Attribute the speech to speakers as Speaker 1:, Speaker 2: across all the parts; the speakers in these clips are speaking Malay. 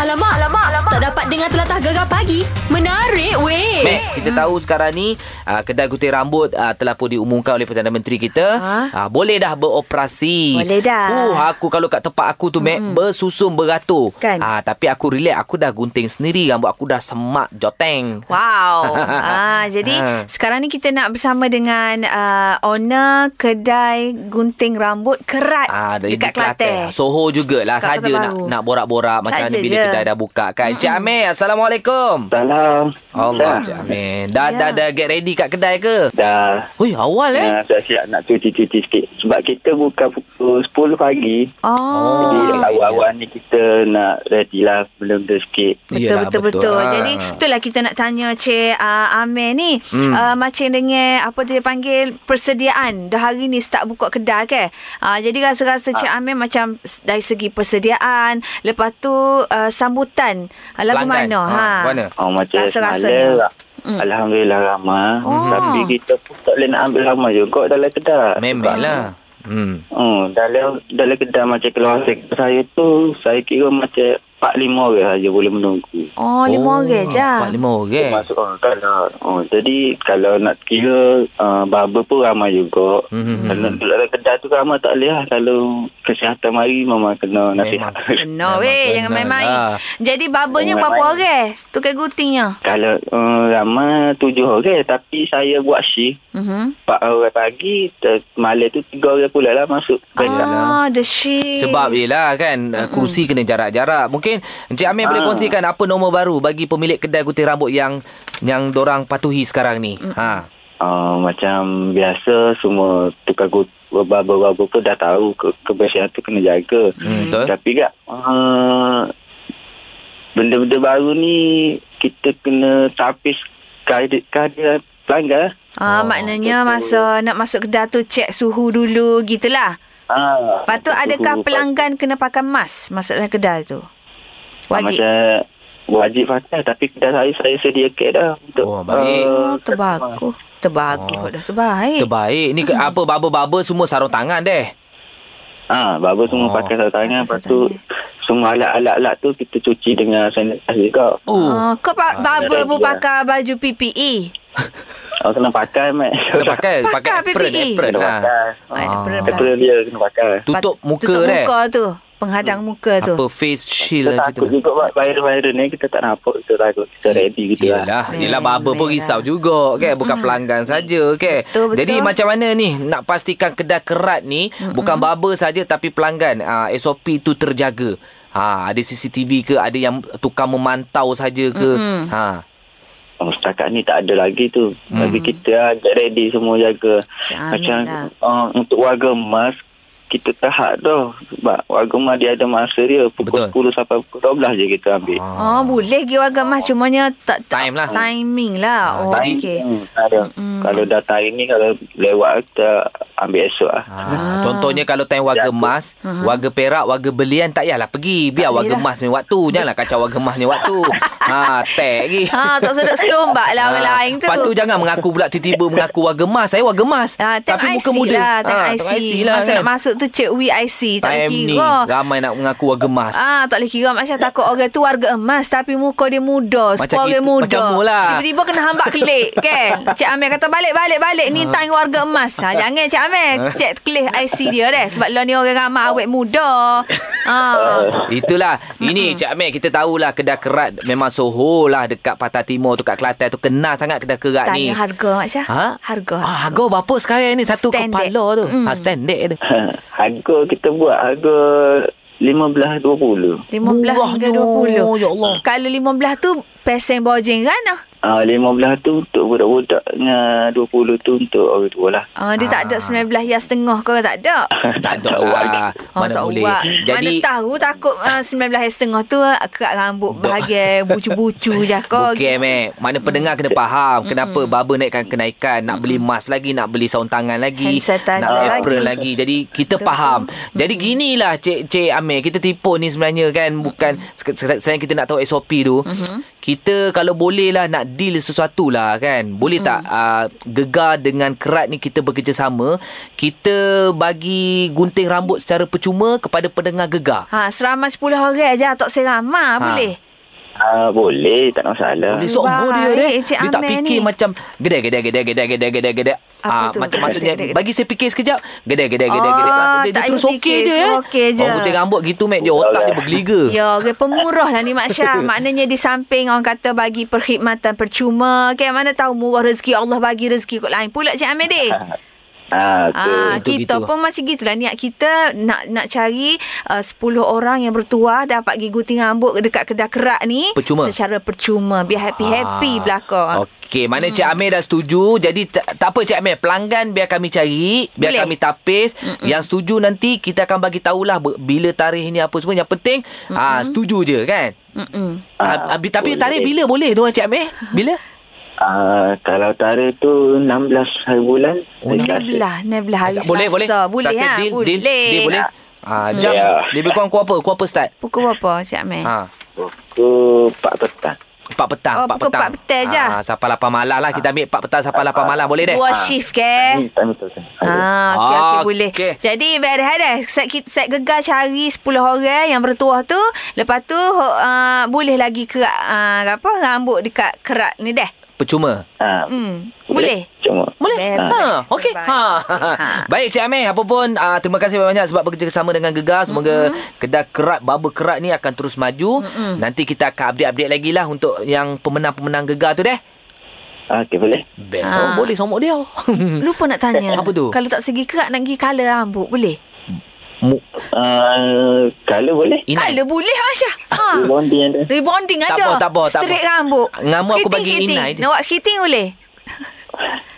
Speaker 1: Alamak, alamak, alamak. Tak dapat dengar telatah gegar pagi. Menarik, weh.
Speaker 2: Mac, kita
Speaker 3: Hmm.
Speaker 2: tahu sekarang ni uh, kedai gunting rambut uh, telah pun diumumkan oleh Perdana Menteri kita
Speaker 3: Ha?
Speaker 2: uh, boleh dah beroperasi.
Speaker 3: Boleh dah. Hmm.
Speaker 2: Uh, aku kalau kat tempat aku tu Mac bersusun beratur.
Speaker 3: Kan?
Speaker 2: Uh, tapi aku relax, aku dah gunting sendiri rambut aku dah semak joteng.
Speaker 3: Wow. ah, jadi
Speaker 2: Ha.
Speaker 3: sekarang ni kita nak bersama dengan uh, owner kedai gunting rambut kerat
Speaker 2: Ah, dari
Speaker 3: dekat Kelantan.
Speaker 2: Soho jugalah
Speaker 3: Dekat
Speaker 2: saja
Speaker 3: Kelate
Speaker 2: nak
Speaker 3: Baru.
Speaker 2: nak borak-borak macam
Speaker 3: Saja
Speaker 2: mana bila
Speaker 3: je. Hmm,
Speaker 2: kedai dah buka kan. Cik Amir, Assalamualaikum.
Speaker 4: Salam.
Speaker 2: Allah, Cik
Speaker 4: Dah.
Speaker 2: Amir. Dah,
Speaker 3: Ya.
Speaker 2: dah, dah get ready kat kedai ke?
Speaker 4: Dah.
Speaker 2: Hui, awal eh.
Speaker 4: Nah, saya siap nak cuci-cuci sikit. Sebab kita buka pukul 10 pagi.
Speaker 3: Oh.
Speaker 2: Oh.
Speaker 4: Jadi awal-awal ni kita nak ready lah benda-benda sikit.
Speaker 3: Betul,
Speaker 2: Yelah,
Speaker 3: betul,
Speaker 2: betul.
Speaker 3: betul,
Speaker 2: Ah.
Speaker 3: Jadi itulah kita nak tanya Cik uh, Amir ni.
Speaker 2: Hmm.
Speaker 3: Hmm. Uh, macam dengan apa dia panggil persediaan. Dah hari ni start buka kedai ke? Uh, jadi rasa-rasa Cik
Speaker 2: Ah.
Speaker 3: Amir macam s- dari segi persediaan. Lepas tu uh, sambutan. Uh, lagu
Speaker 2: Pelanggan.
Speaker 3: mana?
Speaker 2: Ha, mana?
Speaker 4: Oh, macam
Speaker 3: Rasa-rasanya. Hmm.
Speaker 4: semalam. Mm. Alhamdulillah ramah.
Speaker 3: Oh.
Speaker 4: Tapi kita pun tak boleh nak ambil ramah juga dalam kedai. Sebab-
Speaker 2: Memanglah. lah. Hmm.
Speaker 4: Hmm, dalam dalam kedai macam keluar saya, saya tu, saya kira macam 4-5 orang saja boleh menunggu.
Speaker 3: Oh, lima orang je.
Speaker 2: Empat lima orang.
Speaker 4: Masuk orang kalau oh, Jadi kalau nak kira uh, Barber pun ramai juga
Speaker 2: Mhm.
Speaker 4: mm-hmm. Kalau duduk dalam kedai tu ramai tak boleh lah Kalau kesihatan mari Memang kena nasihat
Speaker 3: No
Speaker 2: Memang
Speaker 3: weh, jangan
Speaker 2: kenal
Speaker 3: main-main.
Speaker 2: lah.
Speaker 3: Jadi barbernya
Speaker 4: Jangan
Speaker 3: berapa
Speaker 4: main.
Speaker 3: orang? Tukar guntingnya.
Speaker 4: Kalau uh, ramai tujuh orang Tapi saya buat shift
Speaker 3: Mhm.
Speaker 4: Empat orang pagi ter- Malam tu tiga orang pula lah masuk kedai.
Speaker 3: Ah, the shit.
Speaker 2: Sebab yelah kan mm Kursi kena jarak-jarak Mungkin Encik Amir boleh
Speaker 4: Ah.
Speaker 2: kongsikan Apa nombor baru Bagi pemilik kedai gunting rambut Yang yang dorang patuhi sekarang ni ha.
Speaker 4: uh, Macam biasa Semua tukar gut Barber-barber pun dah tahu ke- Kebersihan tu kena jaga
Speaker 2: Hmm, Betul
Speaker 4: Tapi kak uh, Benda-benda baru ni Kita kena tapis Kehadiran kehadiran pelanggan lah.
Speaker 3: Ah,
Speaker 2: Oh,
Speaker 3: maknanya
Speaker 4: betul.
Speaker 3: masa nak masuk kedai tu cek suhu dulu gitulah.
Speaker 4: Ah,
Speaker 3: Lepas tu adakah pelanggan kena pakai mask masuk dalam kedai tu? Wajib.
Speaker 4: ah, Macam wajib pakai tapi kedai saya saya sediakan dah untuk
Speaker 2: Oh, baik.
Speaker 4: ah,
Speaker 3: Oh, terbagus. Terbagus
Speaker 2: Oh.
Speaker 3: oh. dah terbaik.
Speaker 2: Terbaik Ni ke, apa baba-baba Semua sarung tangan deh
Speaker 4: ah baba
Speaker 2: Oh.
Speaker 4: semua pakai sarung tangan
Speaker 3: Pakai ya.
Speaker 4: lepas
Speaker 3: sarung
Speaker 4: tu semua alat-alat lah tu kita cuci dengan sanitizer juga.
Speaker 2: Oh
Speaker 3: Oh, kau pa- barber
Speaker 4: Ah, ada
Speaker 3: pun
Speaker 4: dia.
Speaker 3: pakai baju E. PPE.
Speaker 4: Oh, kena pakai mat.
Speaker 2: Kena pakai Pakai
Speaker 3: Pakai E.
Speaker 2: apron
Speaker 3: PPE.
Speaker 2: Apron
Speaker 4: kena
Speaker 2: ha.
Speaker 4: pakai.
Speaker 3: Ah, apron
Speaker 4: Kena
Speaker 3: plastik.
Speaker 4: dia kena pakai.
Speaker 2: Tutup
Speaker 3: Pat-
Speaker 2: muka
Speaker 3: Tutup
Speaker 2: deh
Speaker 3: muka tu. Penghadang muka tu.
Speaker 2: Apa face shield
Speaker 4: Kita
Speaker 2: lah
Speaker 4: takut
Speaker 2: cerita
Speaker 4: juga buat viral-viral ni kita tak nampak kita takut kita ready gitu lah.
Speaker 2: Yelah, yelah baba
Speaker 3: Hmm,
Speaker 2: pun
Speaker 3: Yelah. Hmm.
Speaker 2: risau juga kan bukan pelanggan saja kan.
Speaker 3: Betul, Hmm. betul.
Speaker 2: Jadi macam mana ni nak pastikan kedai kerat ni bukan baba saja tapi pelanggan uh, SOP tu terjaga. Ha ada CCTV ke ada yang tukang memantau saja ke.
Speaker 3: Hmm.
Speaker 2: Ha.
Speaker 4: Oh, setakat ni tak ada lagi tu. Hmm. Tapi kita lah get ready semua jaga.
Speaker 3: Amin
Speaker 4: Macam
Speaker 3: lah.
Speaker 4: uh, untuk warga emas, kita tahap dah. Sebab warga emas dia ada masa dia. Pukul
Speaker 2: Betul.
Speaker 4: Betul. 10 sampai pukul 12 je kita ambil. Ah,
Speaker 3: Oh, boleh pergi warga emas. Cumanya tak, tak
Speaker 2: Time lah.
Speaker 3: timing lah. Oh,
Speaker 2: time.
Speaker 3: okey.
Speaker 4: Hmm, ada. Hmm. Kalau datang hari ni, kalau lewat kita ambil esok
Speaker 3: Ah.
Speaker 4: lah.
Speaker 2: Ha. Contohnya kalau time warga emas, warga perak, warga belian tak payahlah pergi. Biar
Speaker 3: Hmm. Tak
Speaker 2: warga
Speaker 3: boleh lah.
Speaker 2: emas ni waktu. Janganlah kacau warga emas ni waktu. ha, tek lagi.
Speaker 3: Ha, tak sedut selombak
Speaker 2: Ah,
Speaker 3: lah orang lain tu.
Speaker 2: Lepas tu jangan mengaku pula tiba-tiba mengaku warga emas. Saya warga emas.
Speaker 3: Ah, tengok
Speaker 2: tapi
Speaker 3: IC
Speaker 2: muka muda.
Speaker 3: lah, tengok
Speaker 2: Ah,
Speaker 3: IC.
Speaker 2: tengok IC lah
Speaker 3: Masa
Speaker 2: kan.
Speaker 3: nak masuk tu cek WIC. Tak boleh
Speaker 2: Time ni
Speaker 3: kira.
Speaker 2: ramai nak mengaku warga emas.
Speaker 3: Ah, tak boleh kira macam takut orang tu warga emas tapi muka dia muda,
Speaker 2: Macam
Speaker 3: skor dia
Speaker 2: kita-
Speaker 3: muda.
Speaker 2: macam mu lah.
Speaker 3: Tiba-tiba kena hambak kelik kan. Cik Amir kata balik balik balik
Speaker 2: Ah.
Speaker 3: ni tang warga emas. Ha, jangan Cik Amir cek kelih IC dia deh sebab lo ni orang ramai awet muda. Ah.
Speaker 2: Itulah Ini Cik Amir Kita tahulah Kedai kerat Memang Soho lah Dekat Patah Timur tu Kat Kelantan tu Kenal sangat kedai kerat
Speaker 3: Tanya
Speaker 2: ni
Speaker 3: harga Mak Syah.
Speaker 2: Ha?
Speaker 3: Harga.
Speaker 2: ah, Harga berapa sekarang ni Satu
Speaker 3: Standard.
Speaker 2: kepala tu mm.
Speaker 3: Mm.
Speaker 2: ha, Standard tu
Speaker 4: harga kita buat harga
Speaker 3: 15
Speaker 4: 15-20.
Speaker 3: hingga
Speaker 2: Murahnya,
Speaker 3: 20.
Speaker 2: ya Allah.
Speaker 3: Kalau 15 tu pesen bojeng kan? ah?
Speaker 4: Ah, 15 tu untuk budak-budak dengan 20 tu untuk orang tua lah.
Speaker 3: Ah, dia tak ada 19 yang setengah ke tak ada.
Speaker 2: Tak ada
Speaker 4: tahu harga.
Speaker 2: lah
Speaker 3: Oh,
Speaker 2: Mana
Speaker 3: tak
Speaker 2: boleh
Speaker 3: ubat.
Speaker 2: Jadi
Speaker 3: Mana tahu takut uh, 19 hari setengah tu ah, kerat rambut
Speaker 2: Dok.
Speaker 3: bahagian bucu-bucu je kau.
Speaker 2: Bukan, Mek. Mana pendengar kena faham kenapa baba naikkan kenaikan, nak beli mask lagi, nak beli sarung tangan lagi,
Speaker 3: Hand sanitizer
Speaker 2: nak beli apron
Speaker 3: lagi.
Speaker 2: lagi. Jadi kita
Speaker 3: Betul.
Speaker 2: faham. Jadi ginilah
Speaker 3: Mm-hmm.
Speaker 2: Cik Cik Amir, kita tipu ni sebenarnya kan bukan sek- sek- selain kita nak tahu SOP tu, Kita kalau boleh lah nak deal sesuatu lah kan. Boleh tak
Speaker 3: Mm.
Speaker 2: uh, gegar dengan kerat ni kita bekerjasama. Kita bagi gunting rambut secara percuma kepada pendengar gegar.
Speaker 3: Ha, seramai 10 orang je Tok Serama ha. boleh.
Speaker 4: Ah, boleh, tak ada masalah.
Speaker 2: Boleh sombong dia
Speaker 3: Ah, Baik,
Speaker 2: dia.
Speaker 3: Encik
Speaker 2: Dia tak
Speaker 3: Amel
Speaker 2: fikir
Speaker 3: ni.
Speaker 2: macam gedai gedai gedai gedai gedai gedai gedai.
Speaker 3: Apa
Speaker 2: Ah
Speaker 3: tu?
Speaker 2: macam
Speaker 3: Gedai,
Speaker 2: maksudnya
Speaker 3: gedai, gedai.
Speaker 2: bagi saya fikir sekejap. Gedai gedai gedai
Speaker 3: Oh,
Speaker 2: gedai. Ah, Dia, dia
Speaker 3: tak payah
Speaker 2: terus okey
Speaker 3: fikir,
Speaker 2: je. eh.
Speaker 3: semua okey je.
Speaker 2: Orang putih rambut gitu mek dia otak dia
Speaker 4: Betul lah.
Speaker 2: bergeliga.
Speaker 3: Ya, orang pemurah lah ni Mak
Speaker 2: Uh.
Speaker 3: Syah. Maknanya di samping orang kata bagi perkhidmatan percuma. Kan mana tahu murah rezeki Allah bagi rezeki kot lain pula Cik Amir deh.
Speaker 4: Ah, betul.
Speaker 3: Ah,
Speaker 2: Betul,
Speaker 3: kita
Speaker 2: gitu.
Speaker 3: pun macam gitulah niat kita nak nak cari uh, 10 orang yang bertuah dapat pergi gunting rambut dekat kedai kerak ni
Speaker 2: Percuma.
Speaker 3: secara percuma biar happy-happy
Speaker 2: Ah,
Speaker 3: belaka. Hmm.
Speaker 2: Okey, mana Cik Amir dah setuju. Jadi tak, tak apa Cik Amir, pelanggan biar kami cari, biar
Speaker 3: Boleh.
Speaker 2: kami tapis. Mm-mm. Yang setuju nanti kita akan bagi tahulah be- bila tarikh ni apa semua. Yang penting ah setuju je kan.
Speaker 3: Mm-mm.
Speaker 2: Ah,
Speaker 4: Ah,
Speaker 2: ah, bi- tapi
Speaker 4: boleh.
Speaker 2: tarikh bila boleh tu Cik Amir? Bila?
Speaker 4: Ah, kalau tarikh tu 16 hari bulan.
Speaker 2: Oh,
Speaker 4: hari Selasa.
Speaker 3: Nebelah, nebelah hari
Speaker 2: boleh, boleh.
Speaker 3: Selasa. Boleh,
Speaker 2: Selasa
Speaker 3: ha?
Speaker 2: deal,
Speaker 3: boleh. Hmm.
Speaker 2: Deal, deal, boleh. Ah, jam
Speaker 4: Ya.
Speaker 2: lebih kurang pukul apa? Pukul apa start?
Speaker 3: Pukul berapa Cik Amir?
Speaker 2: Ha.
Speaker 4: Pukul 4 petang.
Speaker 2: 4 petang,
Speaker 3: Oh,
Speaker 2: 4
Speaker 3: pukul
Speaker 2: petang.
Speaker 3: empat petang je. Ha.
Speaker 2: Ah, sampai 8 malam lah kita ambil 4 petang sampai 8 malam boleh deh.
Speaker 3: Dua
Speaker 4: Ah.
Speaker 3: shift ke?
Speaker 4: Ni time tu. Ah.
Speaker 3: Eh. Ah, okey,
Speaker 2: Ah,
Speaker 3: okey, boleh.
Speaker 2: okey.
Speaker 3: Jadi, baik dah, dah. Set, kit- set gegar cari 10 orang yang bertuah tu. Lepas tu, ho- uh, boleh lagi kerak, uh, apa, rambut dekat kerak ni dah.
Speaker 2: Percuma.
Speaker 4: Ah,
Speaker 3: Hmm, boleh?
Speaker 4: Cuma.
Speaker 2: Boleh.
Speaker 3: Baik,
Speaker 2: Ha,
Speaker 3: baik,
Speaker 2: okey.
Speaker 3: baik.
Speaker 2: Ha.
Speaker 3: Ha.
Speaker 2: Baik Cik Amir, apa pun ah, terima kasih banyak-banyak sebab bekerja sama dengan Gegar. Semoga mm-hmm. kedai kerat baba kerat ni akan terus maju. Mm-hmm. Nanti kita akan update-update lagi lah untuk yang pemenang-pemenang Gegar tu deh.
Speaker 4: Ah, Okey, boleh.
Speaker 2: Bel,
Speaker 3: Ah.
Speaker 2: boleh somok dia.
Speaker 3: Lupa nak tanya.
Speaker 2: Hmm. Apa tu?
Speaker 3: Kalau tak segi kerak, nak pergi colour rambut, boleh?
Speaker 2: Mu-
Speaker 4: Ah, kalau boleh.
Speaker 2: Inai.
Speaker 3: Colour boleh, Masya. Ha.
Speaker 4: Bondi ada.
Speaker 3: Rebonding
Speaker 2: Tak
Speaker 3: ada.
Speaker 2: apa, tak apa, tak
Speaker 3: Straight
Speaker 2: apa.
Speaker 3: rambut.
Speaker 2: Ngamu aku
Speaker 3: Kiting,
Speaker 2: bagi
Speaker 3: kiting.
Speaker 2: Inai je.
Speaker 3: Nak buat kiting boleh?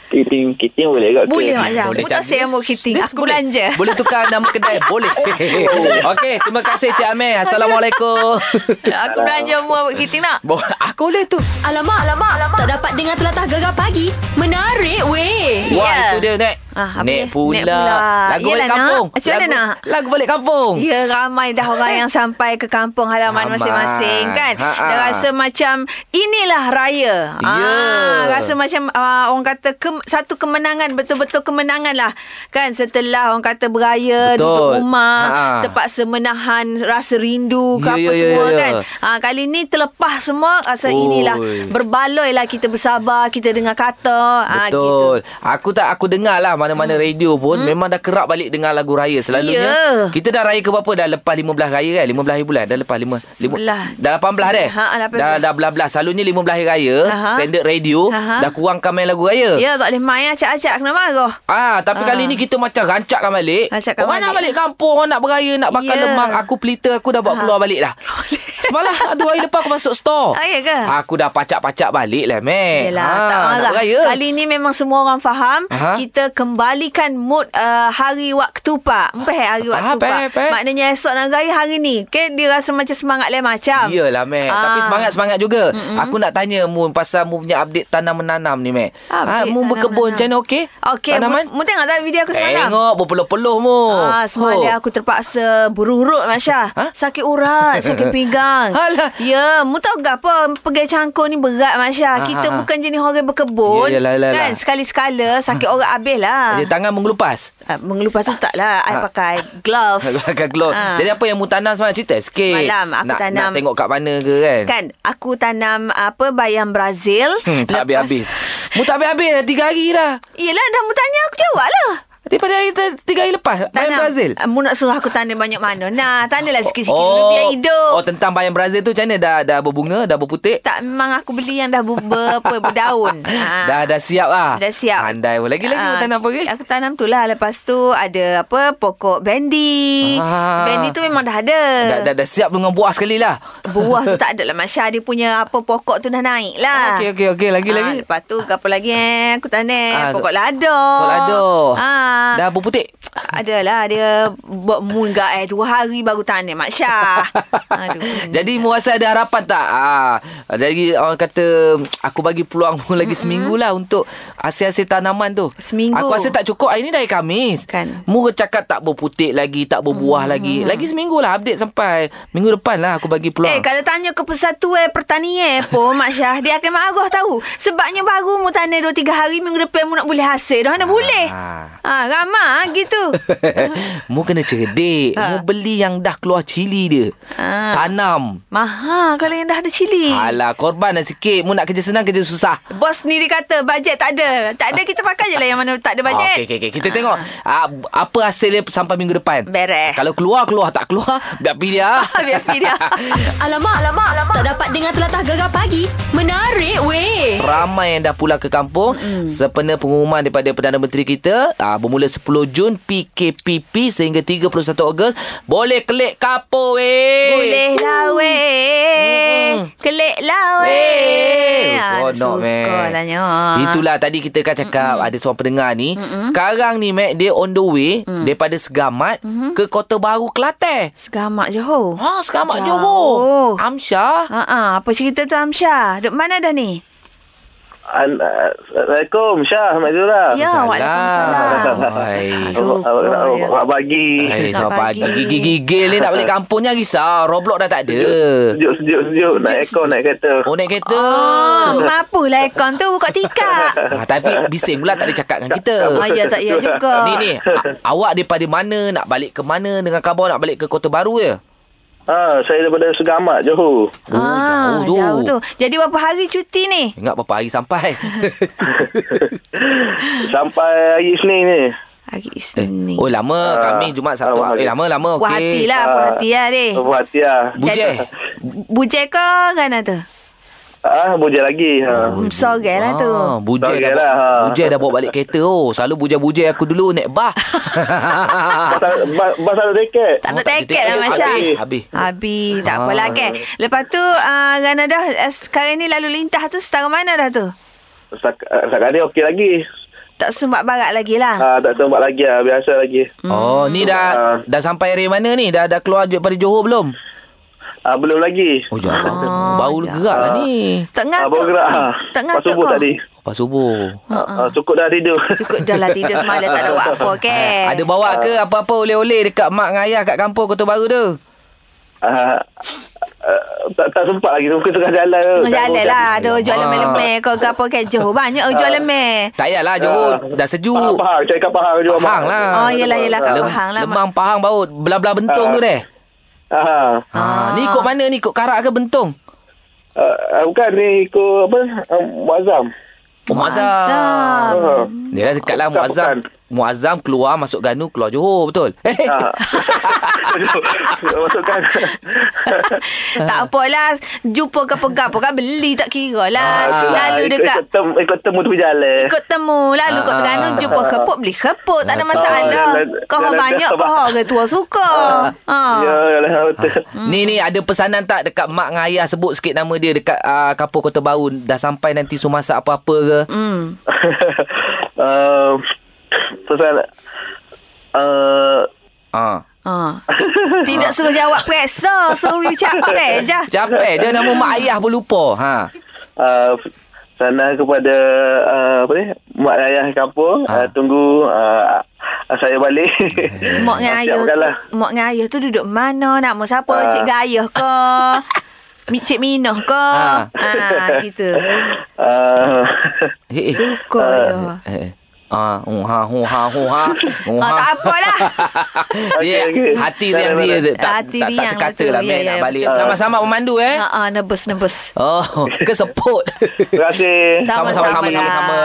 Speaker 4: Kiting, kiting boleh kot. ke?
Speaker 3: Boleh, Mak Syah.
Speaker 2: Boleh
Speaker 3: Aku tak
Speaker 2: cakap.
Speaker 3: saya rambut kiting.
Speaker 2: Yes,
Speaker 3: Aku
Speaker 2: boleh.
Speaker 3: belanja.
Speaker 2: Boleh tukar nama kedai. Boleh. Okey, terima kasih Cik Amir. Assalamualaikum.
Speaker 3: Aku belanja semua rambut kiting nak.
Speaker 2: Bo- aku boleh tu.
Speaker 1: Alamak, alamak, alamak. Tak dapat dengar telatah gegar pagi. Menarik weh.
Speaker 3: Ya.
Speaker 2: Wah, yeah. itu dia, Nek.
Speaker 3: Ah, apa dia?
Speaker 2: Nek pula.
Speaker 3: Nek pula.
Speaker 2: Lagu
Speaker 3: Yelah,
Speaker 2: balik
Speaker 3: nak.
Speaker 2: kampung.
Speaker 3: Macam mana
Speaker 2: lagu,
Speaker 3: nak?
Speaker 2: Lagu balik kampung.
Speaker 3: Ya ramai dah orang yang sampai ke kampung halaman
Speaker 2: Oh. Ramai.
Speaker 3: masing-masing kan.
Speaker 2: Ha, ha.
Speaker 3: Dia rasa macam inilah raya.
Speaker 2: Ya.
Speaker 3: Ah, rasa macam uh, orang kata ke, satu kemenangan betul-betul kemenangan lah kan setelah orang kata beraya
Speaker 2: Betul.
Speaker 3: duduk rumah
Speaker 2: Ha, ha.
Speaker 3: terpaksa menahan rasa rindu ke
Speaker 2: Ya,
Speaker 3: apa
Speaker 2: ya, ya,
Speaker 3: semua
Speaker 2: ya, ya.
Speaker 3: kan. Ah kali ni terlepas semua rasa
Speaker 2: Oi.
Speaker 3: inilah berbaloi lah kita bersabar kita dengar kata ah gitu.
Speaker 2: Betul. Aku tak aku dengar lah mana-mana hmm. radio pun hmm. memang dah kerap balik dengar lagu raya selalunya.
Speaker 3: Ya.
Speaker 2: Kita dah raya ke berapa dah lepas 15 raya kan? 15 hari bulan dah lepas 5
Speaker 3: Sebelah.
Speaker 2: dah 18 dah.
Speaker 3: Ha, 18.
Speaker 2: Dah dah belah-belah. Selalunya 15 hari raya
Speaker 3: Aha.
Speaker 2: standard radio
Speaker 3: Aha.
Speaker 2: dah kurangkan main lagu raya.
Speaker 3: Ya tak boleh main acak-acak kena marah.
Speaker 2: Ah, tapi
Speaker 3: Ah.
Speaker 2: kali ni kita macam rancakkan balik.
Speaker 3: Rancakkan
Speaker 2: orang nak
Speaker 3: balik.
Speaker 2: balik kampung, orang nak beraya, nak bakar
Speaker 3: Ya.
Speaker 2: yeah. lemak. Aku pelita aku dah
Speaker 3: Ha.
Speaker 2: buat keluar balik dah. Semalam dua hari lepas aku masuk store.
Speaker 3: Ah, ya ke?
Speaker 2: Aku dah pacak-pacak balik lah, Mac.
Speaker 3: Yelah,
Speaker 2: Ah,
Speaker 3: tak
Speaker 2: Nak
Speaker 3: marah.
Speaker 2: beraya.
Speaker 3: Kali ni memang semua orang faham.
Speaker 2: Aha.
Speaker 3: Kita kembalikan mood uh, hari waktu pak. Mpeh hari
Speaker 2: Apa,
Speaker 3: waktu
Speaker 2: apa,
Speaker 3: pak.
Speaker 2: apa?
Speaker 3: Maknanya esok nak raya hari ni. Okay, dia rasa macam semangat lain macam.
Speaker 2: Iyalah Mac
Speaker 3: Ah.
Speaker 2: Tapi semangat-semangat juga mm-hmm. Aku nak tanya Mun Pasal Mun punya update Tanam-menanam ni Mac ha,
Speaker 3: Update
Speaker 2: Mun
Speaker 3: tanam-
Speaker 2: berkebun Macam mana okey?
Speaker 3: Okey,
Speaker 2: Tanaman
Speaker 3: mu, mu tengok tak video aku semalam?
Speaker 2: Tengok berpeluh-peluh Mun
Speaker 3: Ah, semalam
Speaker 2: Oh.
Speaker 3: aku terpaksa berurut Masya.
Speaker 2: Ha?
Speaker 3: Sakit urat, sakit pinggang.
Speaker 2: Alah.
Speaker 3: Ya, mu tahu ke apa pegang cangkul ni berat Masya.
Speaker 2: Ah,
Speaker 3: Kita
Speaker 2: ah, ah.
Speaker 3: bukan jenis orang berkebun.
Speaker 2: Ya, yalah, yalah,
Speaker 3: kan,
Speaker 2: yalah.
Speaker 3: sekali-sekala sakit urat habis lah.
Speaker 2: Ah. Dia tangan mengelupas
Speaker 3: Uh, mengelupas tu taklah lah I
Speaker 2: Ah.
Speaker 3: pakai glove
Speaker 2: Agak glow
Speaker 3: Ah.
Speaker 2: Jadi apa yang Mun tanam semalam Cerita sikit
Speaker 3: Semalam aku
Speaker 2: nak,
Speaker 3: tanam-
Speaker 2: Nak tengok kat mana ke kan
Speaker 3: Kan Aku tanam Apa Bayam Brazil
Speaker 2: Hmm, tak
Speaker 3: Lepas-
Speaker 2: habis-habis Mu tak habis-habis dah Tiga hari dah
Speaker 3: Yelah dah mu tanya Aku jawab lah
Speaker 2: Daripada hari te- tiga hari lepas Bayang Brazil
Speaker 3: Ah, Mu nak suruh aku tanam banyak mana Nah tanamlah sikit-sikit oh. dulu
Speaker 2: Oh,
Speaker 3: Biar hidup
Speaker 2: oh tentang bayam Brazil tu macam mana dah dah berbunga dah berputik
Speaker 3: Tak memang aku beli yang dah ber, ber, apa, berdaun Ah.
Speaker 2: Dah dah siap lah
Speaker 3: Dah siap
Speaker 2: Andai pun lagi-lagi
Speaker 3: Ah,
Speaker 2: uh, tanam apa ke
Speaker 3: Aku tanam tu lah Lepas tu ada apa Pokok bendi
Speaker 2: Ah.
Speaker 3: Bendi tu memang dah ada
Speaker 2: Dah, dah, dah siap dengan buah sekali lah
Speaker 3: Buah tu tak ada lah Masya dia punya apa pokok tu dah naik lah
Speaker 2: Okey okey okey lagi lagi.
Speaker 3: Ah, lepas tu apa lagi eh? Aku tanam
Speaker 2: Ah,
Speaker 3: pokok lado.
Speaker 2: Kol ada.
Speaker 3: Ah.
Speaker 2: Dah berputik.
Speaker 3: Adalah dia buat munggah eh dua hari baru tanam Mak Syah. Aduh.
Speaker 2: Jadi muasa ada harapan tak? Ah, Ah, Jadi orang kata aku bagi peluang mu lagi mm-hmm. seminggu lah untuk hasil-hasil tanaman tu.
Speaker 3: Seminggu.
Speaker 2: Aku rasa tak cukup hari ni dah hari Khamis.
Speaker 3: Kan.
Speaker 2: Mu cakap tak berputik lagi, tak berbuah mm-hmm. lagi. Lagi seminggu lah update sampai minggu depan lah aku bagi peluang.
Speaker 3: Eh, kalau tanya ke Persatuan Pertanian eh, pun, Mak Syah, dia akan marah tahu. Sebabnya baru mu tanam 2-3 hari, minggu depan mu nak boleh hasil. Dah
Speaker 2: Ah.
Speaker 3: mana boleh. Ha, ramah gitu.
Speaker 2: mu kena cerdik.
Speaker 3: Ha.
Speaker 2: Mu beli yang dah keluar cili dia.
Speaker 3: Ah.
Speaker 2: Tanam.
Speaker 3: Mahal kalau yang dah ada cili.
Speaker 2: Alah, korban lah sikit. Mu nak kerja senang, kerja susah.
Speaker 3: Bos sendiri kata bajet tak ada. Tak ada kita pakai je lah yang mana tak ada bajet.
Speaker 2: Ah, Okey, okey, okey. Kita tengok ah, apa hasil dia sampai minggu depan.
Speaker 3: Beres.
Speaker 2: Kalau keluar, keluar. Tak keluar, biar ah. pergi dia.
Speaker 3: Biar pergi dia.
Speaker 1: Alamak, alamak, alamak. Tak dapat dengar telatah gegar pagi. Menarik weh.
Speaker 2: Ramai yang dah pulang ke kampung mm. Sepena pengumuman daripada Perdana Menteri kita aa, Bermula 10 Jun PKPP sehingga 31 Ogos Boleh kelik kapur weh
Speaker 3: Boleh lah weh.
Speaker 2: Hmm.
Speaker 3: Kelik lah weh.
Speaker 2: Weh, seronok, Mac.
Speaker 3: lah nyo.
Speaker 2: Itulah tadi kita kan cakap Mm-mm. ada seorang pendengar ni. Mm-mm. Sekarang ni, Mac, dia on the way mm. daripada Segamat mm-hmm. ke Kota Baru, Kelantan.
Speaker 3: Segamak Johor.
Speaker 2: Ha, Segamat
Speaker 3: Jauh.
Speaker 2: Johor. Amsyah.
Speaker 3: Ha ah, apa cerita tu Amsyah? Duk mana dah ni?
Speaker 4: Al- Assalamualaikum Syah Mak Zura.
Speaker 3: Ya, waalaikumsalam.
Speaker 2: Ah, Hai.
Speaker 3: Syukur, ya.
Speaker 4: Selamat pagi.
Speaker 2: Hai,
Speaker 3: Selamat
Speaker 2: selamat pagi.
Speaker 3: pagi.
Speaker 2: Gigil ni nak balik kampungnya risau. Roblox dah tak ada.
Speaker 4: Sejuk sejuk sejuk naik aircon naik kereta.
Speaker 2: Oh, naik kereta.
Speaker 3: Oh, mapulah aircon tu buka tikar.
Speaker 2: Ah, tapi bising pula tak ada cakap dengan kita.
Speaker 3: Ah, ya tak ya juga.
Speaker 2: Ni ni, a- awak daripada mana nak balik ke mana dengan khabar nak balik ke Kota Baru ya?
Speaker 4: Ha, saya daripada Segamat Johor.
Speaker 2: Oh,
Speaker 3: Ah,
Speaker 2: jauh tu.
Speaker 3: jauh tu. Jadi berapa hari cuti ni?
Speaker 2: Ingat berapa hari sampai?
Speaker 4: Sampai hari Isnin ni.
Speaker 3: Hari Isnin.
Speaker 2: eh, oh lama
Speaker 4: Ah,
Speaker 2: kami Jumaat Sabtu.
Speaker 4: lama hari.
Speaker 2: Eh lama lama okey.
Speaker 3: Puas hati lah,
Speaker 4: Ah,
Speaker 3: puas hati lah deh.
Speaker 4: Buat hati lah.
Speaker 2: Bujai.
Speaker 3: Bujai ke kan tu?
Speaker 4: Ah, boleh lagi. Ha.
Speaker 2: Oh,
Speaker 3: Hmm, Sorang lah tu.
Speaker 2: Ah, bujai dah,
Speaker 4: Sorry
Speaker 2: lah.
Speaker 4: lah, ha.
Speaker 2: bujai dah bawa balik kereta oh. Selalu bujai-bujai aku dulu naik bah.
Speaker 4: Bas, bas, bas ada tiket.
Speaker 3: Tak
Speaker 2: Oh,
Speaker 3: nak
Speaker 2: tak ada
Speaker 3: tiket lah
Speaker 2: tiket.
Speaker 3: Masya.
Speaker 2: Habis, habis.
Speaker 3: Habis. Tak
Speaker 2: Ah.
Speaker 3: apalah kan. Lepas tu uh, Rana dah uh, sekarang ni lalu lintas tu setara mana dah tu?
Speaker 4: Setak- Setakat ni eh, okey lagi.
Speaker 3: Tak sumbat barat lagi lah.
Speaker 4: Ha, tak sempat lagi lah. Biasa lagi.
Speaker 2: Oh, ni dah
Speaker 4: Ah.
Speaker 2: dah sampai area mana ni? Dah dah keluar daripada Johor belum?
Speaker 4: Ha, belum lagi.
Speaker 2: Oh, jauh. Baru
Speaker 3: jauh.
Speaker 2: gerak lah ni.
Speaker 3: Tak lah.
Speaker 4: Ha,
Speaker 3: ngantuk.
Speaker 4: baru gerak. Ha.
Speaker 3: Tak
Speaker 4: Pas
Speaker 3: ngantuk
Speaker 4: subuh
Speaker 3: Hmm. kau. Ah,
Speaker 4: tadi.
Speaker 2: Lepas subuh.
Speaker 4: Ha, ha, cukup dah tidur.
Speaker 3: Cukup dah lah tidur semalam tak ada buat apa kan. ke.
Speaker 2: Eh. Ada bawa ke apa-apa oleh-oleh dekat mak dengan ayah kat kampung Kota Baru tu?
Speaker 4: Ah, ah, tak, tak sempat lagi. Muka tengah jalan.
Speaker 3: Tengah jalan lah. Ada Ah.
Speaker 2: Ah.
Speaker 3: jual lemeh-lemeh ke ke apa ke. Johor banyak jual lemeh.
Speaker 2: Tak payahlah Johor
Speaker 4: Ah.
Speaker 2: dah sejuk.
Speaker 4: Pahang, Pahang. Saya kat Pahang. jual
Speaker 2: Pahang lah.
Speaker 3: Oh, yelah, yelah, kat
Speaker 4: Ah.
Speaker 3: Pahang. lah, Mak.
Speaker 2: Lemang Pahang baut belah-belah bentung
Speaker 4: Ah.
Speaker 2: tu deh.
Speaker 4: Ah.
Speaker 2: Ha, ni ikut mana ni? Ikut karak ke bentung?
Speaker 4: Ah, ah, bukan ni ikut apa? Ah, Muazzam.
Speaker 2: Oh, Muazzam.
Speaker 3: Muazzam.
Speaker 4: Ah.
Speaker 2: Dia dah dekat lah
Speaker 4: Bukan,
Speaker 2: Muazzam.
Speaker 4: bukan.
Speaker 2: Muazzam keluar masuk Ganu keluar Johor betul. Eh,
Speaker 4: Ah. Masukkan.
Speaker 3: tak apalah. Jumpa ke pegang pun kan beli tak kira
Speaker 4: Ah,
Speaker 3: lah.
Speaker 4: itulah.
Speaker 3: Lalu
Speaker 4: Ikut-
Speaker 3: dekat
Speaker 4: Ikut temu, ikut temu tu berjalan.
Speaker 3: Ikut temu Lalu kat
Speaker 2: Ah.
Speaker 3: Terengganu Jumpa khepuk Beli khepuk Tak ada
Speaker 4: Ah,
Speaker 3: masalah Kau
Speaker 4: jalan- jalan-
Speaker 3: banyak
Speaker 4: jalan-
Speaker 3: Kau ke tua suka ha.
Speaker 4: Ya, lah. betul.
Speaker 2: Hmm. Ni ni ada pesanan tak dekat mak dengan ayah sebut sikit nama dia dekat uh, kapur Kota Baru dah sampai nanti suruh masak apa-apa ke?
Speaker 3: Hmm.
Speaker 4: Ah, Pesan. Ah,
Speaker 2: Ha.
Speaker 3: Ha. Tidak suruh jawab periksa Suruh you capek je
Speaker 2: Capek je nama mak ayah pun lupa. Ha.
Speaker 4: uh, sana kepada uh, apa ni mak ayah kampung
Speaker 2: Ah.
Speaker 4: uh, tunggu uh, saya balik lah.
Speaker 3: Mak dengan ayah tu,
Speaker 4: Siapkanlah.
Speaker 3: Mak dengan ayah tu duduk mana Nak mau siapa
Speaker 4: Ah.
Speaker 3: Cik Gayah ke Mi- Cik Minah ke
Speaker 2: Ah.
Speaker 3: ha. Gitu
Speaker 4: Eh? uh,
Speaker 2: Eh, eh.
Speaker 3: Suka dia
Speaker 2: Eh, eh. Ah, hu ha hu ha hu ha. Hu
Speaker 3: Ah, tak apalah.
Speaker 2: dia
Speaker 4: Okey, okey.
Speaker 2: hati dia
Speaker 4: Mana,
Speaker 2: dia
Speaker 4: mana?
Speaker 2: tak
Speaker 3: Hati
Speaker 2: tak, tak
Speaker 3: riang
Speaker 2: terkata
Speaker 3: betul.
Speaker 2: lah
Speaker 3: Ya,
Speaker 2: yeah,
Speaker 3: ya,
Speaker 2: nak balik.
Speaker 3: betul.
Speaker 2: Sama-sama memandu eh.
Speaker 3: Ha, ha, Nebus Nebus
Speaker 2: Oh, keseput.
Speaker 4: terima kasih
Speaker 2: Sama-sama
Speaker 3: Sama-sama, ya.
Speaker 2: sama-sama.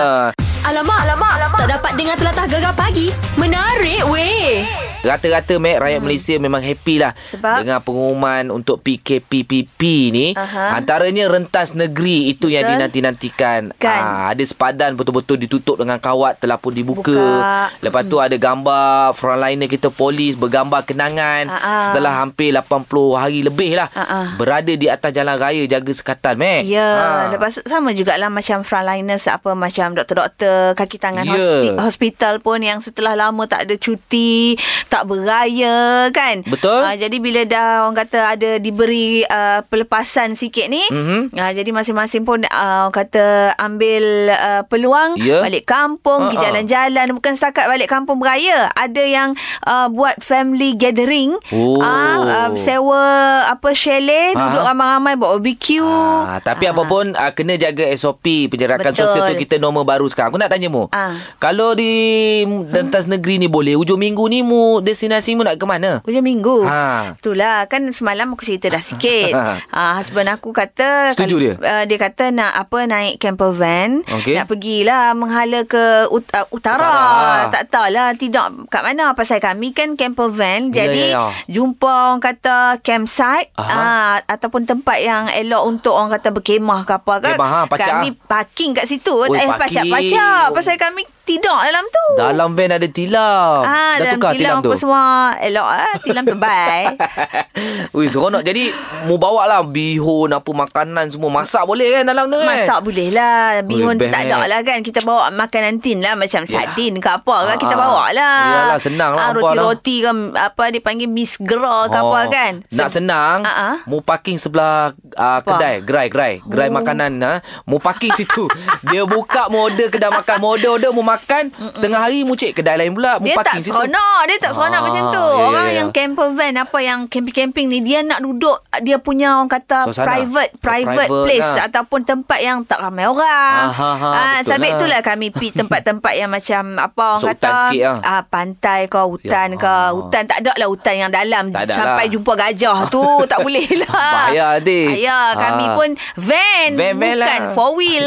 Speaker 1: Alamak, alamak, alamak. Tak dapat dengar telatah gegar pagi. Menarik weh.
Speaker 2: Rata-rata Mac rakyat hmm. Malaysia memang happy lah
Speaker 3: Sebab?
Speaker 2: dengan pengumuman untuk PKPPP ni.
Speaker 3: Aha.
Speaker 2: Antaranya rentas negeri itu yang
Speaker 3: Betul.
Speaker 2: dinanti-nantikan.
Speaker 3: Kan.
Speaker 2: Ah, ada sepadan betul-betul ditutup dengan kawat telah pun dibuka.
Speaker 3: Buka.
Speaker 2: Lepas tu
Speaker 3: Hmm.
Speaker 2: ada gambar frontliner kita polis bergambar kenangan
Speaker 3: Ah-ah.
Speaker 2: setelah hampir 80 hari lebih lah
Speaker 3: Ah-ah.
Speaker 2: berada di atas jalan raya jaga sekatan
Speaker 3: Ah,
Speaker 2: Mac.
Speaker 3: Ya,
Speaker 2: Ah.
Speaker 3: lepas tu sama jugalah macam frontliners apa macam doktor-doktor doktor kaki tangan
Speaker 2: Ya.
Speaker 3: yeah. hospital, hospital pun yang setelah lama tak ada cuti, tak beraya kan.
Speaker 2: Betul.
Speaker 3: Ah, jadi bila dah orang kata ada diberi uh, pelepasan sikit ni,
Speaker 2: Mhm.
Speaker 3: mm-hmm. ah, jadi masing-masing pun uh, orang kata ambil uh, peluang
Speaker 2: Ya.
Speaker 3: balik kampung, pergi
Speaker 2: Ha-ha.
Speaker 3: jalan-jalan bukan setakat balik kampung beraya, ada yang uh, buat family gathering,
Speaker 2: Oh.
Speaker 3: ah, uh, sewa apa chalet,
Speaker 2: Ha-ha.
Speaker 3: duduk ramai-ramai buat barbecue.
Speaker 2: Ah, tapi apa pun ah, kena jaga SOP penjarakan
Speaker 3: Betul.
Speaker 2: sosial tu kita norma baru sekarang. Aku nak tanya mu.
Speaker 3: Ah.
Speaker 2: Kalau di rentas negeri ni boleh hujung minggu ni mu destinasi mu nak ke mana?
Speaker 3: Hujung minggu.
Speaker 2: Ha.
Speaker 3: Itulah kan semalam aku cerita dah sikit. ha, husband aku kata
Speaker 2: Setuju dia?
Speaker 3: Uh, dia kata nak apa naik camper van,
Speaker 2: Okey.
Speaker 3: nak pergilah menghala ke ut- uh, utara.
Speaker 2: Utara. ha.
Speaker 3: Tak tahulah tidak kat mana pasal kami kan camper van.
Speaker 2: Ya,
Speaker 3: jadi
Speaker 2: ya, ya.
Speaker 3: jumpa orang kata campsite
Speaker 2: Aha.
Speaker 3: ah, ataupun tempat yang elok untuk orang kata berkemah ke apa kan.
Speaker 2: Kemah, ha, pacak,
Speaker 3: kami parking kat situ.
Speaker 2: Oi,
Speaker 3: eh
Speaker 2: parking.
Speaker 3: pacak-pacak pasal kami tidur dalam tu.
Speaker 2: Dalam van ada tilam.
Speaker 3: Ah,
Speaker 2: Dah
Speaker 3: dalam
Speaker 2: tukar tilam,
Speaker 3: tilam
Speaker 2: tu.
Speaker 3: apa semua elok ah, tilam terbaik.
Speaker 2: Ui, seronok. Jadi, mu bawa lah bihun, apa, makanan semua. Masak boleh kan dalam tu kan?
Speaker 3: Masak boleh lah Bihun
Speaker 2: Ui,
Speaker 3: tu tak
Speaker 2: best.
Speaker 3: ada lah kan Kita bawa makanan tin lah Macam
Speaker 2: Ya.
Speaker 3: sardin ke apa
Speaker 2: Ah,
Speaker 3: kan Kita
Speaker 2: ah.
Speaker 3: bawa lah
Speaker 2: Yalah, senang lah,
Speaker 3: Ah,
Speaker 2: apa
Speaker 3: Roti-roti ke Apa dia panggil Miss Gera ke apa kan
Speaker 2: Oh. Nak
Speaker 3: Se-
Speaker 2: senang
Speaker 3: Ah, ah.
Speaker 2: Mu parking sebelah uh, Kedai Gerai gerai Gerai oh. makanan ha? Mu parking situ Dia buka Mu order kedai makan Mu order order Mu makan Mm-mm. Tengah hari mu cek kedai lain pula Mu
Speaker 3: dia tak
Speaker 2: parking situ
Speaker 3: seronok Dia tak seronok
Speaker 2: Ah,
Speaker 3: macam tu
Speaker 2: ya, ya,
Speaker 3: Orang
Speaker 2: ya.
Speaker 3: yang camper van Apa yang camping-camping ni Dia nak duduk Dia punya orang kata
Speaker 2: Suasana.
Speaker 3: Private Private
Speaker 2: Private
Speaker 3: place
Speaker 2: lah.
Speaker 3: Ataupun tempat yang Tak ramai orang
Speaker 2: Ah, ha, ha,
Speaker 3: Ah,
Speaker 2: betul
Speaker 3: Sambil
Speaker 2: lah.
Speaker 3: itulah kami pergi tempat-tempat Yang macam Apa orang
Speaker 2: Masuk
Speaker 3: kata
Speaker 2: hutan sikit lah.
Speaker 3: ah, Pantai ke hutan
Speaker 2: Ya,
Speaker 3: ke
Speaker 2: ah.
Speaker 3: Hutan tak ada lah hutan yang dalam
Speaker 2: Tak ada
Speaker 3: Sampai
Speaker 2: lah.
Speaker 3: jumpa gajah tu Tak boleh lah
Speaker 2: Bahaya, adik.
Speaker 3: Ya kami
Speaker 2: Ah.
Speaker 3: pun Van,
Speaker 2: Van, van
Speaker 3: Bukan
Speaker 2: lah.
Speaker 3: four wheel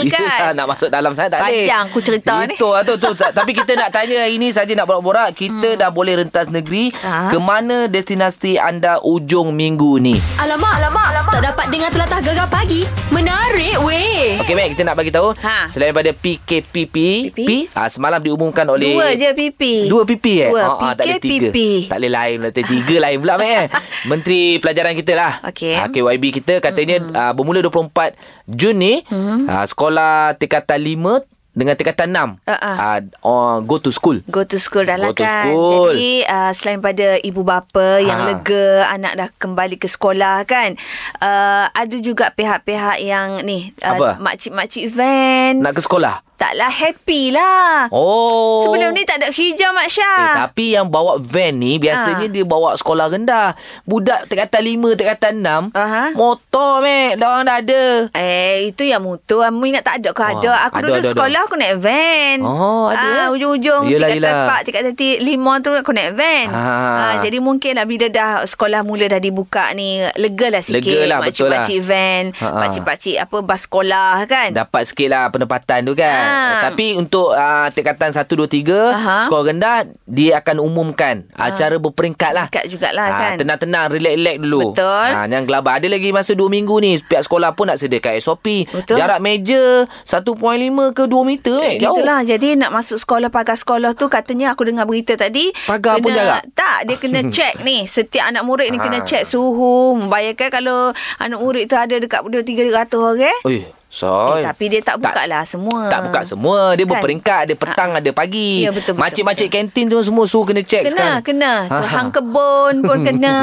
Speaker 3: kan
Speaker 2: Yelah, Nak masuk dalam sana tak boleh
Speaker 3: Panjang aku cerita ni.
Speaker 2: Itu lah tu, tu. Ta- Tapi kita nak tanya hari ni saja nak borak-borak Kita hmm. dah boleh rentas negeri
Speaker 3: Ah.
Speaker 2: Ke mana destinasi anda ujung minggu ni
Speaker 1: Alamak, alamak, alamak. Tak dapat dengar telatah gegar pagi. Menarik weh.
Speaker 2: Okey Mac, kita nak bagi tahu ha.
Speaker 3: Ha.
Speaker 2: selain daripada PKPP,
Speaker 3: PP?
Speaker 2: P, ha, semalam diumumkan oleh
Speaker 3: Dua je pipi
Speaker 2: Dua pipi eh?
Speaker 3: Dua
Speaker 2: Ah, ah, tak ada tiga.
Speaker 3: PKPP.
Speaker 2: Tak boleh lain pula. Tiga lain pula Mac eh. Menteri Pelajaran kita lah.
Speaker 3: Okey. Hmm.
Speaker 2: Ah, KYB kita katanya mm-hmm. uh, bermula 24 Jun ni mm-hmm. uh, sekolah tingkatan 5 dengan tingkatan 6
Speaker 3: Ah, ah.
Speaker 2: uh, uh, go to school.
Speaker 3: Go to school dah lah
Speaker 2: Go to
Speaker 3: kan
Speaker 2: school.
Speaker 3: Jadi uh, selain pada ibu bapa yang
Speaker 2: Ha.
Speaker 3: lega Anak dah kembali ke sekolah kan uh, Ada juga pihak-pihak yang ni uh,
Speaker 2: Apa?
Speaker 3: Makcik-makcik van
Speaker 2: Nak ke sekolah?
Speaker 3: Taklah happy lah
Speaker 2: Oh.
Speaker 3: Sebelum ni tak ada hijau Mak
Speaker 2: Eh,
Speaker 3: Syah
Speaker 2: tapi yang bawa van ni
Speaker 3: Ah.
Speaker 2: biasanya dia bawa sekolah rendah. Budak tingkatan 5, tingkatan 6,
Speaker 3: Aha.
Speaker 2: motor mek, dah orang dah ada.
Speaker 3: Eh, itu yang mutu. Kamu ingat tak ada ke? Ada.
Speaker 2: Ah,
Speaker 3: aku
Speaker 2: ada,
Speaker 3: dulu
Speaker 2: ada, ada.
Speaker 3: sekolah aku naik van.
Speaker 2: Oh, ada, eh?
Speaker 3: Ah, ujung-ujung yelah,
Speaker 2: Yelah,
Speaker 3: tingkat
Speaker 2: yelah.
Speaker 3: tapak, tingkat tati lima tu aku naik van.
Speaker 2: Ah.
Speaker 3: Ah, jadi mungkin lah bila dah sekolah mula dah dibuka ni, lega lah sikit.
Speaker 2: Lega lah, betul lah.
Speaker 3: Makcik-makcik van,
Speaker 2: Ah, ah.
Speaker 3: makcik-makcik apa, bas sekolah kan.
Speaker 2: Dapat sikit lah pendapatan tu kan.
Speaker 3: Ah.
Speaker 2: Tapi untuk uh, tingkatan 1, 2, 3,
Speaker 3: Aha.
Speaker 2: sekolah rendah, dia akan umumkan uh, secara berperingkat lah.
Speaker 3: Dekat jugalah
Speaker 2: Ah,
Speaker 3: kan.
Speaker 2: Tenang-tenang, relax-relax dulu.
Speaker 3: Betul.
Speaker 2: Ah, jangan gelabah. Ada lagi masa 2 minggu ni, pihak sekolah pun nak sediakan SOP.
Speaker 3: Betul.
Speaker 2: Jarak meja 1.5 ke 2 meter. Eh, jauh.
Speaker 3: Gitulah Jadi nak masuk sekolah Pagar sekolah tu Katanya aku dengar berita tadi kena,
Speaker 2: Pagar pun jarak?
Speaker 3: Tak Dia kena check ni Setiap anak murid ni Kena
Speaker 2: Ha.
Speaker 3: check suhu Membayangkan kalau Anak murid tu ada Dekat 2-300 orang Eh,
Speaker 2: Oi, soy.
Speaker 3: tapi dia tak buka lah semua.
Speaker 2: Tak buka semua Dia
Speaker 3: Kan?
Speaker 2: berperingkat Ada petang Ada pagi
Speaker 3: Ya, betul, betul,
Speaker 2: Makcik-makcik kantin tu Semua suruh kena check
Speaker 3: Kena,
Speaker 2: sekarang
Speaker 3: kena.
Speaker 2: Ha,
Speaker 3: Hang
Speaker 2: ha.
Speaker 3: kebun pun kena.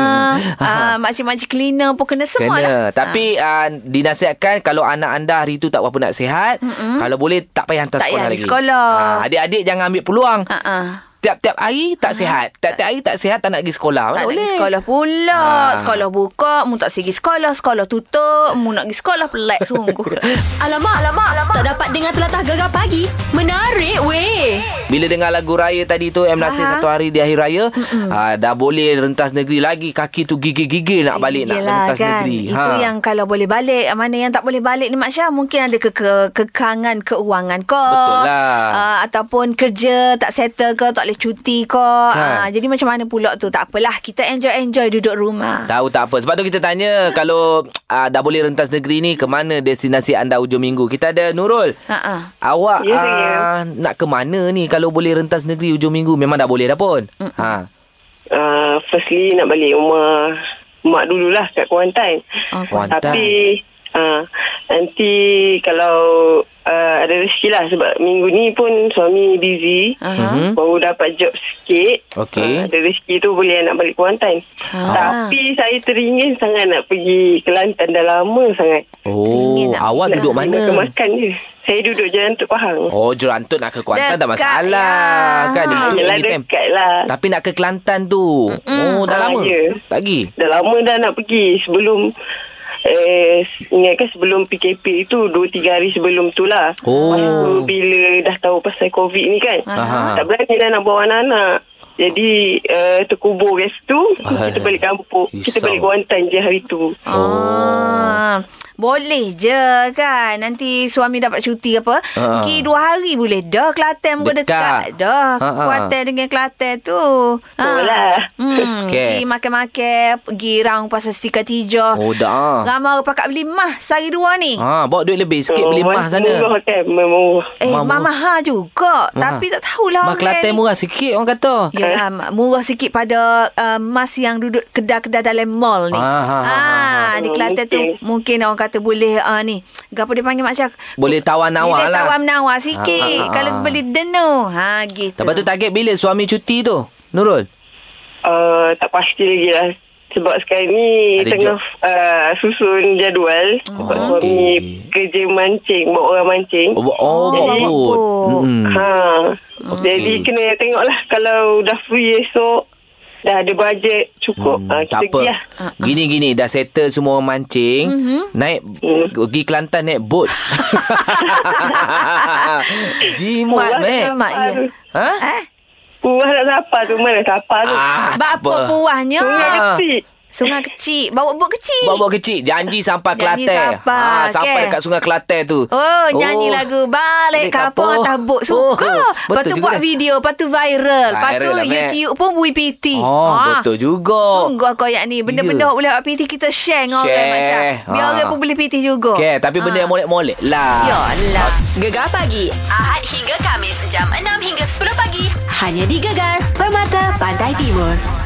Speaker 3: ah, makcik-makcik cleaner pun kena semua
Speaker 2: Kena
Speaker 3: lah.
Speaker 2: Tapi uh, Dinasihatkan Kalau anak anda hari tu Tak berapa nak sihat Mm-mm. Kalau boleh Tak payah hantar
Speaker 3: Tak
Speaker 2: sekolah
Speaker 3: payah
Speaker 2: lagi
Speaker 3: pergi sekolah.
Speaker 2: Ah, Adik-adik jangan ambil peluang
Speaker 3: Ah, ah.
Speaker 2: Tiap-tiap hari Tak sihat Tiap-tiap hari tak sihat Tak nak pergi
Speaker 3: Tak
Speaker 2: sekolah Mana
Speaker 3: nak
Speaker 2: boleh
Speaker 3: pergi sekolah pula
Speaker 2: Ah.
Speaker 3: Sekolah buka Mu tak pergi sekolah Sekolah tutup Mu nak pergi sekolah Pelat sungguh
Speaker 1: Alamak, alamak, alamak. Tak dapat dengar telatah gegar pagi. Menarik weh.
Speaker 2: Bila dengar lagu raya tadi tu M. Nasir
Speaker 3: Aha.
Speaker 2: satu hari di akhir raya uh, Dah boleh rentas negeri lagi Kaki tu
Speaker 3: Eh,
Speaker 2: gigil-gigil nak balik Nak
Speaker 3: Yelah,
Speaker 2: rentas negeri
Speaker 3: lah, kan?
Speaker 2: Ha.
Speaker 3: Itu yang kalau boleh balik Mana yang tak boleh balik ni Mak Syah Mungkin ada ke, ke, kekangan keuangan kau
Speaker 2: Betul lah.
Speaker 3: uh, Ataupun kerja tak settle kau Tak boleh cuti kau
Speaker 2: Kan.
Speaker 3: ha. uh, Jadi macam mana pula tu Tak apalah Kita enjoy-enjoy duduk rumah
Speaker 2: Tahu tak apa. Sebab tu kita tanya kalau uh, dah boleh rentas negeri ni ke mana destinasi anda hujung minggu. Kita ada Nurul.
Speaker 3: Ha ah.
Speaker 2: Awak
Speaker 4: Ya,
Speaker 2: ah,
Speaker 4: saya.
Speaker 2: nak ke mana ni kalau boleh rentas negeri hujung minggu? Memang dah boleh dah pun. Ha.
Speaker 4: Ah,
Speaker 5: uh, firstly nak balik rumah mak dululah kat Kuantan.
Speaker 3: Oh,
Speaker 4: ah,
Speaker 2: Kuantan.
Speaker 5: Tapi uh, nanti kalau uh,
Speaker 4: ada rezeki lah sebab minggu ni pun suami busy.
Speaker 2: Hmm.
Speaker 3: Aha.
Speaker 4: Uh-huh. Baru dapat job sikit.
Speaker 2: Okey.
Speaker 4: Ah, ada rezeki tu boleh nak balik Kuantan.
Speaker 3: Ah.
Speaker 4: Tapi saya teringin sangat nak pergi Kelantan dah lama sangat.
Speaker 2: Oh,
Speaker 3: nak
Speaker 2: awak
Speaker 4: nak lah.
Speaker 2: duduk
Speaker 4: nak
Speaker 2: mana?
Speaker 4: kemakan je. Saya duduk jalan Tok Pahang.
Speaker 2: Oh, Jerantut nak ke Kuantan tak
Speaker 3: Dekat,
Speaker 2: masalah.
Speaker 3: ya.
Speaker 2: Kan
Speaker 4: Ah,
Speaker 2: itu
Speaker 4: yelah,
Speaker 2: anytime.
Speaker 4: dekat lah.
Speaker 2: Tapi nak ke Kelantan tu. Oh, dah
Speaker 4: Ah,
Speaker 2: lama.
Speaker 4: ya.
Speaker 2: Tak pergi.
Speaker 4: Dah lama dah nak pergi sebelum eh ingatkan sebelum PKP itu 2 3 hari sebelum tu lah.
Speaker 2: Oh.
Speaker 4: Lepas tu bila dah tahu pasal COVID ni kan.
Speaker 2: Aha.
Speaker 4: Tak berani dah nak bawa anak-anak. Jadi uh, terkubur kat situ
Speaker 2: Ah.
Speaker 4: kita balik kampung. Kita
Speaker 2: Risau.
Speaker 4: balik Kuantan je hari tu.
Speaker 3: Ah, boleh je kan Nanti suami dapat cuti apa
Speaker 2: Ah.
Speaker 3: Pergi dua hari boleh Dah Kelantan muka
Speaker 2: Dekat.
Speaker 3: dekat, Dah
Speaker 2: Ah, ah.
Speaker 3: Kuantan dengan Kelantan tu Ah.
Speaker 4: Betul lah.
Speaker 3: Hmm,
Speaker 2: Okay.
Speaker 3: okay. Pergi makan-makan Pergi round pasar Sika
Speaker 4: Ah,
Speaker 3: Tiga
Speaker 2: Oh, dah.
Speaker 3: Ramai orang pakat beli mah Sehari dua ni
Speaker 2: Ha, bawa duit lebih sikit beli mah sana.
Speaker 4: Eh, Murah kan, murah.
Speaker 3: Eh,
Speaker 2: Mah
Speaker 3: Mama
Speaker 2: murah.
Speaker 3: ha juga. Tapi tak tahulah
Speaker 2: Mah Kelantan murah sikit orang kata.
Speaker 4: Ya.
Speaker 3: Yalah, mak, Ya, um, murah sikit pada uh, mas yang duduk kedai-kedai dalam mall ni.
Speaker 2: Ah, ah, ah, ah.
Speaker 3: di Kelantan tu
Speaker 4: Mungkin.
Speaker 3: mungkin orang kata boleh uh, ni. Gapo dia panggil macam
Speaker 2: Boleh tawar-nawar
Speaker 3: Boleh
Speaker 2: lah.
Speaker 3: tawar menawar sikit.
Speaker 2: Ah, ah, ah,
Speaker 3: Kalau
Speaker 2: ah.
Speaker 3: beli denu. Ha gitu.
Speaker 2: Lepas tu target bila suami cuti tu? Nurul?
Speaker 4: Uh, tak pasti lagi lah. Sebab sekarang ni
Speaker 2: Ada
Speaker 4: Ada tengah uh, susun jadual. Sebab
Speaker 2: Oh,
Speaker 4: suami
Speaker 2: okey.
Speaker 4: kerja mancing, bawa orang mancing.
Speaker 2: Oh, bu- oh
Speaker 4: Jadi-
Speaker 2: bawa boat. Mm-mm.
Speaker 4: Ha.
Speaker 2: Okey.
Speaker 4: Jadi kena tengoklah kalau dah free esok dah ada bajet cukup hmm, ha, kita
Speaker 2: tak apa.
Speaker 4: pergi lah.
Speaker 2: Ah. Gini-gini dah settle semua orang mancing,
Speaker 3: Mhm.
Speaker 2: mm-hmm. naik pergi Kelantan naik bot. Jimat
Speaker 3: Murah
Speaker 2: meh.
Speaker 3: ke, mak ya.
Speaker 2: Ha?
Speaker 3: Eh?
Speaker 4: Puas nak sapa tu mana sapa tu.
Speaker 2: Ah, tak
Speaker 3: Bapa
Speaker 2: apa.
Speaker 3: puahnya.
Speaker 4: Sungai
Speaker 2: Ah.
Speaker 4: kecil.
Speaker 3: Sungai kecil. Bawa bot kecil.
Speaker 2: Bawa kecil janji sampai
Speaker 3: Janji
Speaker 2: Kelantan.
Speaker 3: sampai,
Speaker 2: ha, sampai
Speaker 3: okey.
Speaker 2: dekat Sungai Kelantan tu.
Speaker 3: Oh, nyanyi oh. lagu Balik Kapung atas bot Suka
Speaker 2: Oh,
Speaker 3: oh, Lepas
Speaker 2: betul
Speaker 3: tu
Speaker 2: juga
Speaker 3: buat
Speaker 2: dah.
Speaker 3: video Lepas tu viral Lepas
Speaker 2: Viral
Speaker 3: tu
Speaker 2: lah, Mat.
Speaker 3: YouTube pun WPT
Speaker 2: Oh, betul juga.
Speaker 3: Ah. Sungguh koyak ni Benda-benda
Speaker 2: Oh. Ya.
Speaker 3: yeah. boleh buat PT Kita share dengan
Speaker 2: Share.
Speaker 3: orang Masya Biar
Speaker 2: Ha.
Speaker 3: orang pun boleh PT juga Ha.
Speaker 2: Okey, tapi benda
Speaker 3: Ah.
Speaker 2: yang molek-molek lah.
Speaker 6: Yolah. Ya Gegar pagi. Ahad hingga Kamis. Jam 6 hingga 10 pagi. Hanya di Gegar. Permata Pantai Timur.